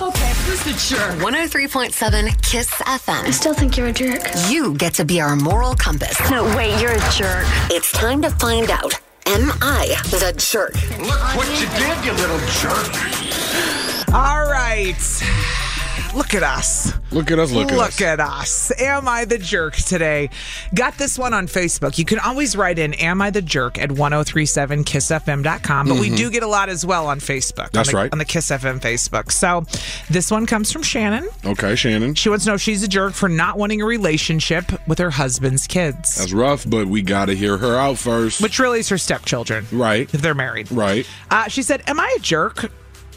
Okay, who's the jerk? 103.7 Kiss FM. I still think you're a jerk. You get to be our moral compass. No, wait, you're a jerk. It's time to find out. Am I the jerk? Look what you did, you little jerk. All right. Look at us. Look at us. Look, at us. at us. Am I the jerk today? Got this one on Facebook. You can always write in Am I the Jerk at 1037kissfm.com, but we do get a lot as well on Facebook. Mm-hmm. That's on the, right. On the Kiss FM Facebook. So this one comes from Shannon. Okay, Shannon. She wants to know if she's a jerk for not wanting a relationship with her husband's kids, That's rough, but we got to hear her out first. which really is her stepchildren. Right. If they're married. Right. Uh, she said, Am I a jerk?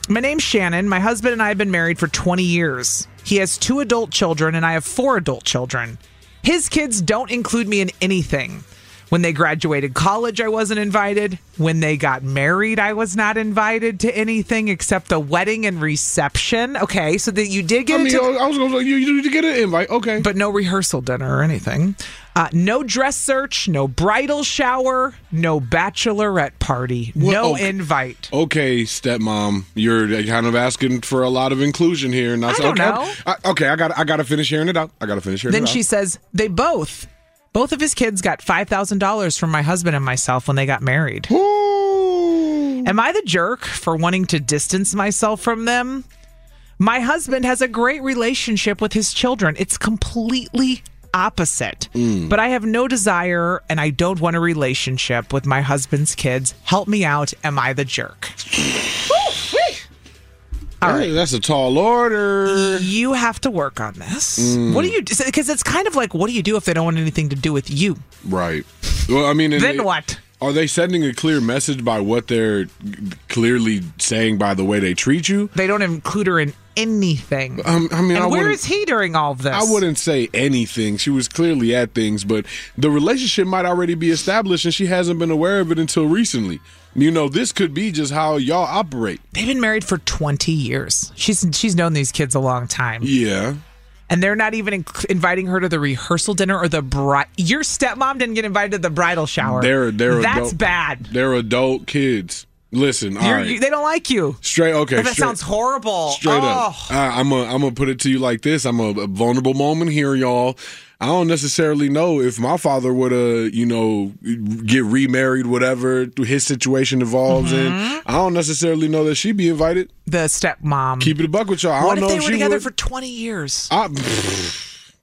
My name's Shannon. My husband and I have been married for 20 years. He has two adult children, and I have four adult children. His kids don't include me in anything. When they graduated college, I wasn't invited. When they got married, I was not invited to anything except a wedding and reception. Okay, so that you did I get mean, into- I was going to you, you did get an invite. Okay. but no rehearsal dinner or anything. Uh, no dress search, no bridal shower, no bachelorette party, What- no okay. invite. okay, stepmom, you're kind of asking for a lot of inclusion here. And I, said, don't okay, know. I, okay, I got I got to finish hearing it out. I got to finish hearing Then it she out. says, they both, both of his kids got $5,000 from my husband and myself when they got married. Ooh. Am I the jerk for wanting to distance myself from them? My husband has a great relationship with his children. It's completely opposite. But I have no desire and I don't want a relationship with my husband's kids. Help me out. Am I the jerk? all Hey, that's a tall order. You have to work on this. What do you because it's kind of like what do you do if they don't want anything to do with you? Right. Well, I mean, and Then they- what? Are they sending a clear message by what they're clearly saying by the way they treat you? They don't include her in anything. Um, I mean, I and where wouldn't- is he during all of this? I wouldn't say anything. She was clearly at things, but the relationship might already be established and she hasn't been aware of it until recently. You know, this could be just how y'all operate. They've been married for 20 years. She's she's known these kids a long time, Yeah. and they're not even in- inviting her to the rehearsal dinner or the bride. Your stepmom didn't get invited to the bridal shower. They're they're that's adult, bad. They're adult kids. Listen, all You're, right. you, they don't like you. straight okay. that straight, sounds horrible. Straight Oh. up. I, I'm going to put it to you like this. I'm a, a vulnerable moment here, y'all. I don't necessarily know if my father would, uh, you know, get remarried, whatever his situation evolves in. Mm-hmm. I don't necessarily know that she'd be invited. The stepmom. Keep it a buck with y'all. I what don't if know they if were she together would. for 20 years? I,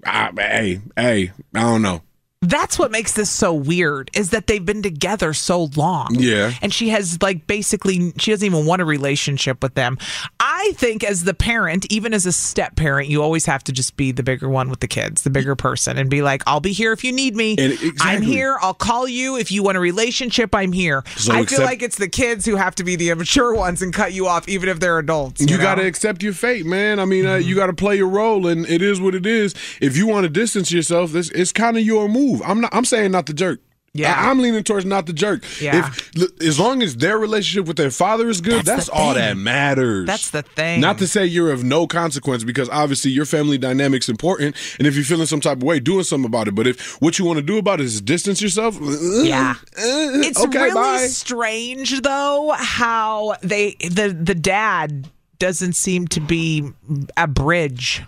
I, hey, hey, I don't know. That's what makes this so weird is that they've been together so long. Yeah. And she has like basically she doesn't even want a relationship with them. I think as the parent, even as a step parent, you always have to just be the bigger one with the kids, the bigger person and be like, "I'll be here if you need me. And- I'm exactly. here. I'll call you if you want a relationship. I'm here." So I feel accept- like it's the kids who have to be the immature ones and cut you off even if they're adults. You, You know? got to accept your fate, man. I mean, uh, Mm-hmm. you got to play your role, and it is what it is. If you want to distance yourself, this it's kind of your move. I'm not. I'm saying not the jerk. Yeah. I, am leaning towards not the jerk. Yeah. If, l- as long as their relationship with their father is good, That's that's, the all thing. that matters. That's the thing. Not to say you're of no consequence because obviously your family dynamic's important. And if you're feeling some type of way, doing something about it. But if what you want to do about it is distance yourself, Yeah. It's it's okay, really bye. strange though how they the the dad doesn't seem to be a bridge.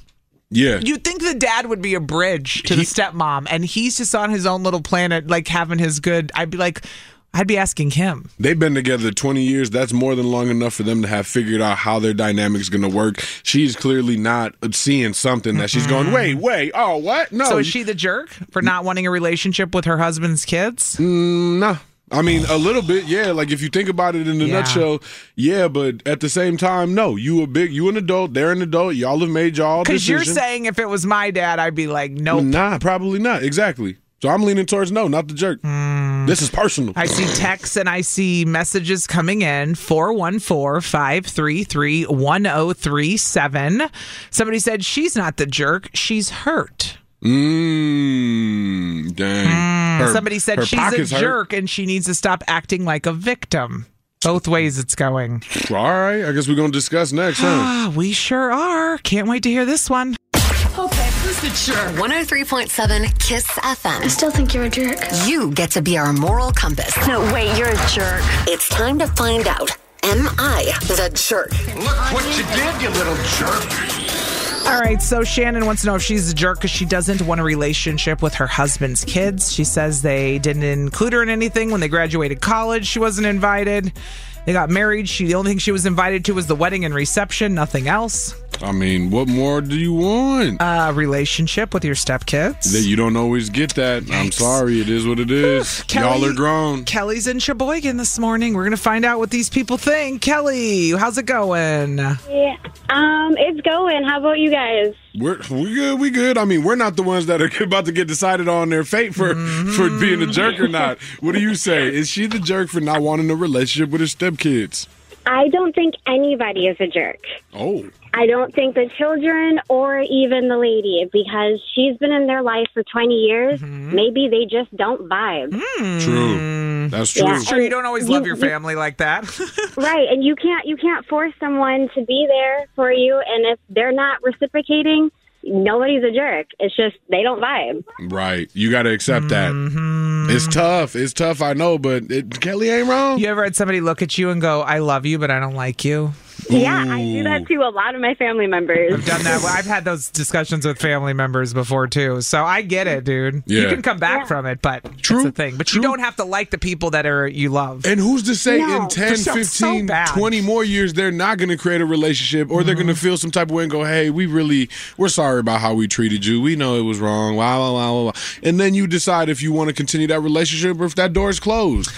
Yeah. You'd think the dad would be a bridge to the He- stepmom and he's just on his own little planet like having his good I'd be like I'd be asking him. They've been together 20 years. That's more than long enough for them to have figured out how their dynamic's going to work. She's clearly not seeing something that she's going, wait, wait, oh, what? No. So is she the jerk for not wanting a relationship with her husband's kids? Mm, Nah. I mean, a little bit, yeah. Like if you think about it in a Yeah. nutshell, yeah. But at the same time, no. You a big, you an adult. They're an adult. Y'all have made y'all Because decision. you're saying if it was my dad, I'd be like, nope. nah, probably not. Exactly. So I'm leaning towards no, not the jerk. This is personal. Mm. I see texts and I see messages coming in 414 533 1037. Somebody said, She's not the jerk, she's hurt. Mmm. Dang. Her- Mm, Somebody said, her She's a pockets hurt. jerk and she needs to stop acting like a victim. Both ways it's going. All right. I guess we're gonna discuss next, huh? Ah, we sure are. Can't wait to hear this one. 103.7 Kiss FM. Still think you're a jerk. You get to be our moral compass. No, wait, you're a jerk. It's time to find out. Am I the jerk? Look what you did, you little jerk. All right, so Shannon wants to know if she's a jerk because she doesn't want a relationship with her husband's kids. She says they didn't include her in anything when they graduated college. She wasn't invited. They got married. She the only thing she was invited to was the wedding and reception, nothing else. I mean, what more do you want? A relationship with your stepkids. That you don't always get that. I'm sorry. It is what it is. Y'all Kelly- are grown. Kelly's in Sheboygan this morning. We're gonna find out what these people think. Kelly, how's it going? Yeah. Um, it's going. How about you guys? We're we good. We good. I mean, we're not the ones that are about to get decided on their fate for for being a jerk or not. What do you say? Is she the jerk for not wanting a relationship with her stepkids? I don't think anybody is a jerk. Oh, I don't think the children or even the lady because she's been in their life for 20 years. Maybe they just don't vibe. true. That's true. Yeah. Sure, you don't always love your family like that. Right, and you can't you can't force someone to be there for you and if they're not reciprocating, nobody's a jerk. It's just they don't vibe. Right. You got to accept that. It's tough. It's tough. I know, but it, Kelly ain't wrong. you ever had somebody look at you and go, "I love you, but I don't like you"? Yeah, I do that to a lot of my family members. I've done that. Well, I've had those discussions with family members before too. So I get it, dude. You Yeah. can come back from it, but True, that's the thing. But true. you don't have to like the people that are you love. And who's to say No. in 10, That sounds so 15, bad. Mm-hmm. 20 more years they're not going to create a relationship or they're going to feel some type of way and go, "Hey, we really we're sorry about how we treated you. We know it was wrong." Blah blah blah blah. blah. And then you decide if you want to continue that relationship or if that door is closed.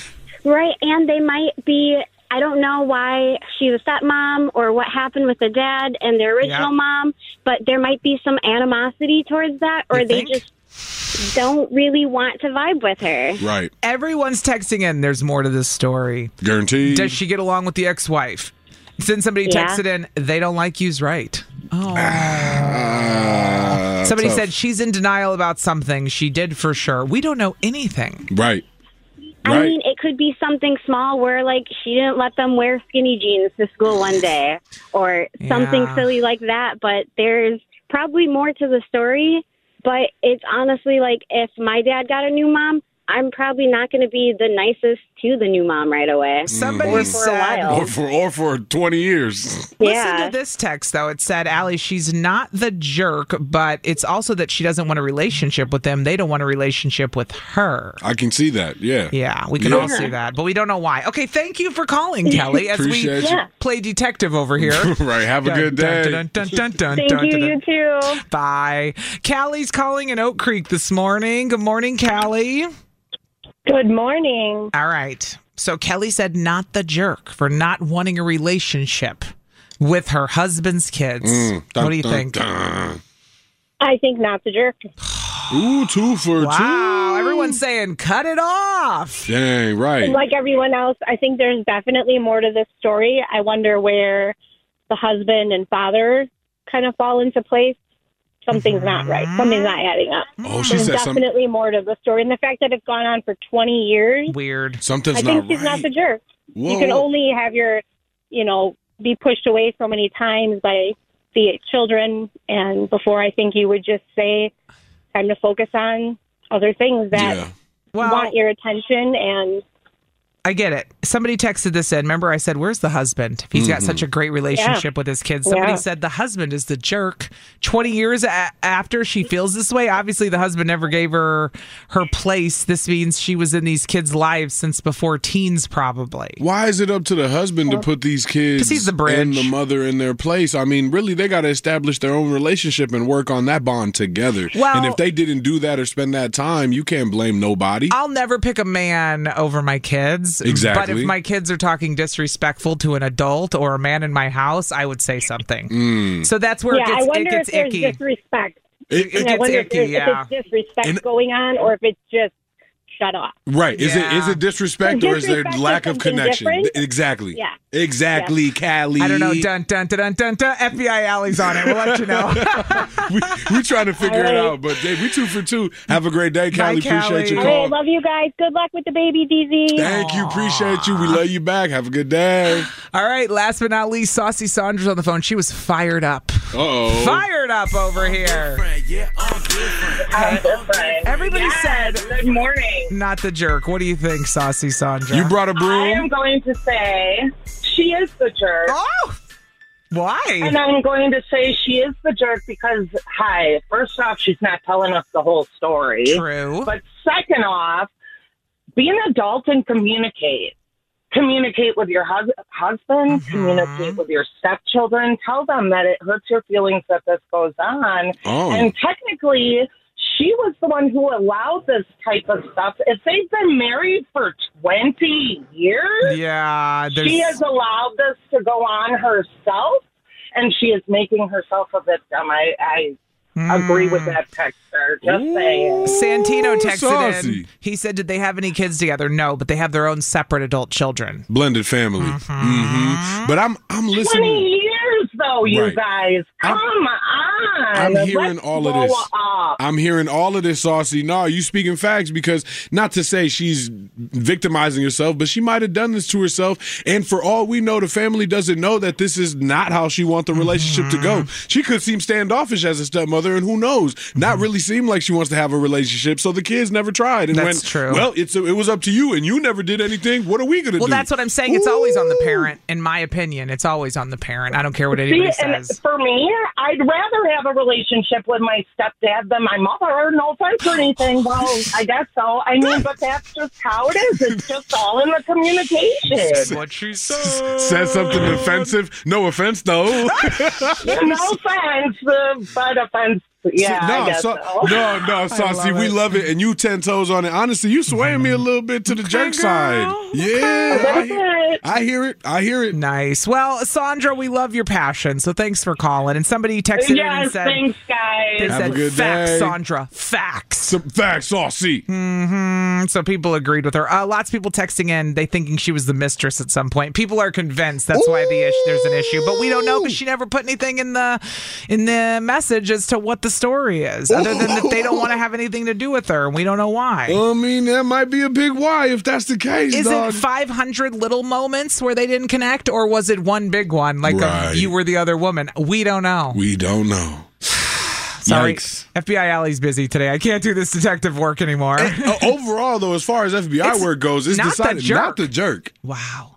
Right, and they might be. I don't know why she's a stepmom or what happened with the dad and the original Yeah. mom, but there might be some animosity towards that, or You they think? just don't really want to vibe with her. Right. Everyone's texting in. There's more to this story. Guaranteed. Does she get along with the ex-wife? Since somebody Yeah. texted in, they don't like you's right. Oh. Ah, Somebody tough. said she's in denial about something. She did for sure. We don't know anything. Right. I Right. mean, it could be something small where, like, she didn't let them wear skinny jeans to school one day, or something Yeah. silly like that. But there's probably more to the story. But it's honestly like if my dad got a new mom, I'm probably not going to be the nicest to the new mom right away. Somebody Or for a said. while. or for or for 20 years. Yeah. Listen to this text though. It said, "Allie, she's not the jerk, but it's also that she doesn't want a relationship with them. They don't want a relationship with her." I can see that. Yeah. Yeah, we can Yeah. all see that, but we don't know why. Okay, thank you for calling, Kelly. As we Appreciate you. Yeah. play detective over here. Right. Have a good day. Dun, dun, dun, dun, Thank dun, you, dun, you dun. too. Bye. Callie's calling in Oak Creek this morning. Good morning, Callie. Good morning. All right. So Kelly said, "Not the jerk for not wanting a relationship." With her husband's kids. Mm, Dun, what do you dun, think? dun. I think not the jerk. Ooh, two for Wow, two. everyone's saying cut it off. Dang, right. Like everyone else, I think there's definitely more to this story. I wonder where the husband and father kind of fall into place. Something's not right. Mm-hmm. Something's not adding up. Oh, she There's said something. definitely more to the story. And the fact that it's gone on for 20 years, Weird. Something's I think not she's right. not the jerk. Whoa, you can whoa. only have your, you know, be pushed away so many times by the children. And before, I think you would just say, time to focus on other things that Yeah. Well, want your attention. And I get it. Somebody texted this in. Remember, I said, "Where's the husband? If he's got such a great relationship with his kids." Somebody Yeah. said the husband is the jerk. Twenty years a- after she feels this way, obviously the husband never gave her her place. This means she was in these kids' lives since before teens, probably. Why is it up to the husband to put these kids 'Cause he's the bridge. and the mother in their place? I mean, really, they got to establish their own relationship and work on that bond together. Well- and if they didn't do that or spend that time, you can't blame nobody. I'll never pick a man over my kids. But Exactly. if my kids are talking disrespectful to an adult or a man in my house, I would say something. Mm. So that's where yeah, it gets, I it wonder if gets there's icky. disrespect. It- And it- I gets wonder if icky, there's- if, yeah. it's disrespect And- going on or if it's just shut off. Right. Is it is Yeah. it disrespect or is there Disrespect is lack of something connection? different. Exactly. Yeah. Exactly, Callie. I don't know. Dun dun dun dun dun. dun. FBI Alley's on it. We'll let you know. we, we trying to figure it All right. out, but Dave, we two for two. Have a great day, Bye, Callie. Appreciate Callie. your All call. right, love you guys. Good luck with the baby, DZ. Thank you. Appreciate you. We love you back. Have a good day. All right. Last but not least, Saucy Saunders on the phone. She was fired up. Uh oh. Fired up over here. Everybody said Good morning. not the jerk. What do you think, Saucy Sandra? You brought a I broom. am going to say she is the jerk. Oh, And why? I'm going to say she is the jerk because, hi, first off, she's not telling us the whole story. True. But second off, be an adult and communicate. Communicate with your hus- husband, communicate with your stepchildren, tell them that it hurts your feelings that this goes on. Oh. And technically, she was the one who allowed this type of stuff. If they've been married for 20 years, Yeah, she there's has allowed this to go on herself, and she is making herself a victim. I, I agree with that texter. Just saying. Santino Mm. Ooh, texted in. saucy. He said, "Did they have any kids together? No, but they have their own separate adult children." Blended family. Mm-hmm. hmm But I'm I'm 20 listening. years, though, you Right. guys. I'm- Come on. I'm hearing Let's all of grow this. up. I'm hearing all of this, Saucy. No, you speaking facts because not to say she's victimizing herself, but she might have done this to herself. And for all we know, the family doesn't know that this is not how she want the Mm-hmm. relationship to go. She could seem standoffish as a stepmother, and who knows? Not Mm-hmm. really seem like she wants to have a relationship. So the kids never tried. And That's went, true. Well, it's it was up to you, and you never did anything. What are we gonna Well, do? that's what I'm saying. It's always on the Ooh. parent, in my opinion. It's always on the parent. I don't care what See, anybody and says. for me, I'd rather have a relationship with my stepdad than my mother. No offense or anything. Well, I guess so. I mean, but that's just how it is. It's just all in the communication. What she Says something Oh. offensive. No offense, though. no offense, uh, but offense. Yeah, no, I guess so. Sau- no, no, Saucy, we it. love it, and you ten toes on it. Honestly, you swaying me a little bit to the jerk side. Yeah, I hear, bit. I hear it. I hear it. Nice. Well, Sandra, we love your passion, so thanks for calling. And somebody texted in and Yes, said, thanks, they guys. Have a said good facts, day." Sandra, facts. Some facts, Saucy. Hmm. And so people agreed with her. Uh, lots of people texting in, they thinking she was the mistress at some point. People are convinced that's why the issue, there's an issue, but we don't know because she never put anything in the in the message as to what the story is, other than that they don't want to have anything to do with her, and we don't know why. I mean, that might be a big why if that's the case, Is it dog. 500 little moments where they didn't connect, or was it one big one, like um, Right. you were the other woman? We don't know. we don't know. Sorry, Yikes. FBI Alley's busy today. I can't do this detective work anymore. Uh, overall, though, as far as FBI It's work goes, it's not the decided jerk. not the jerk. wow.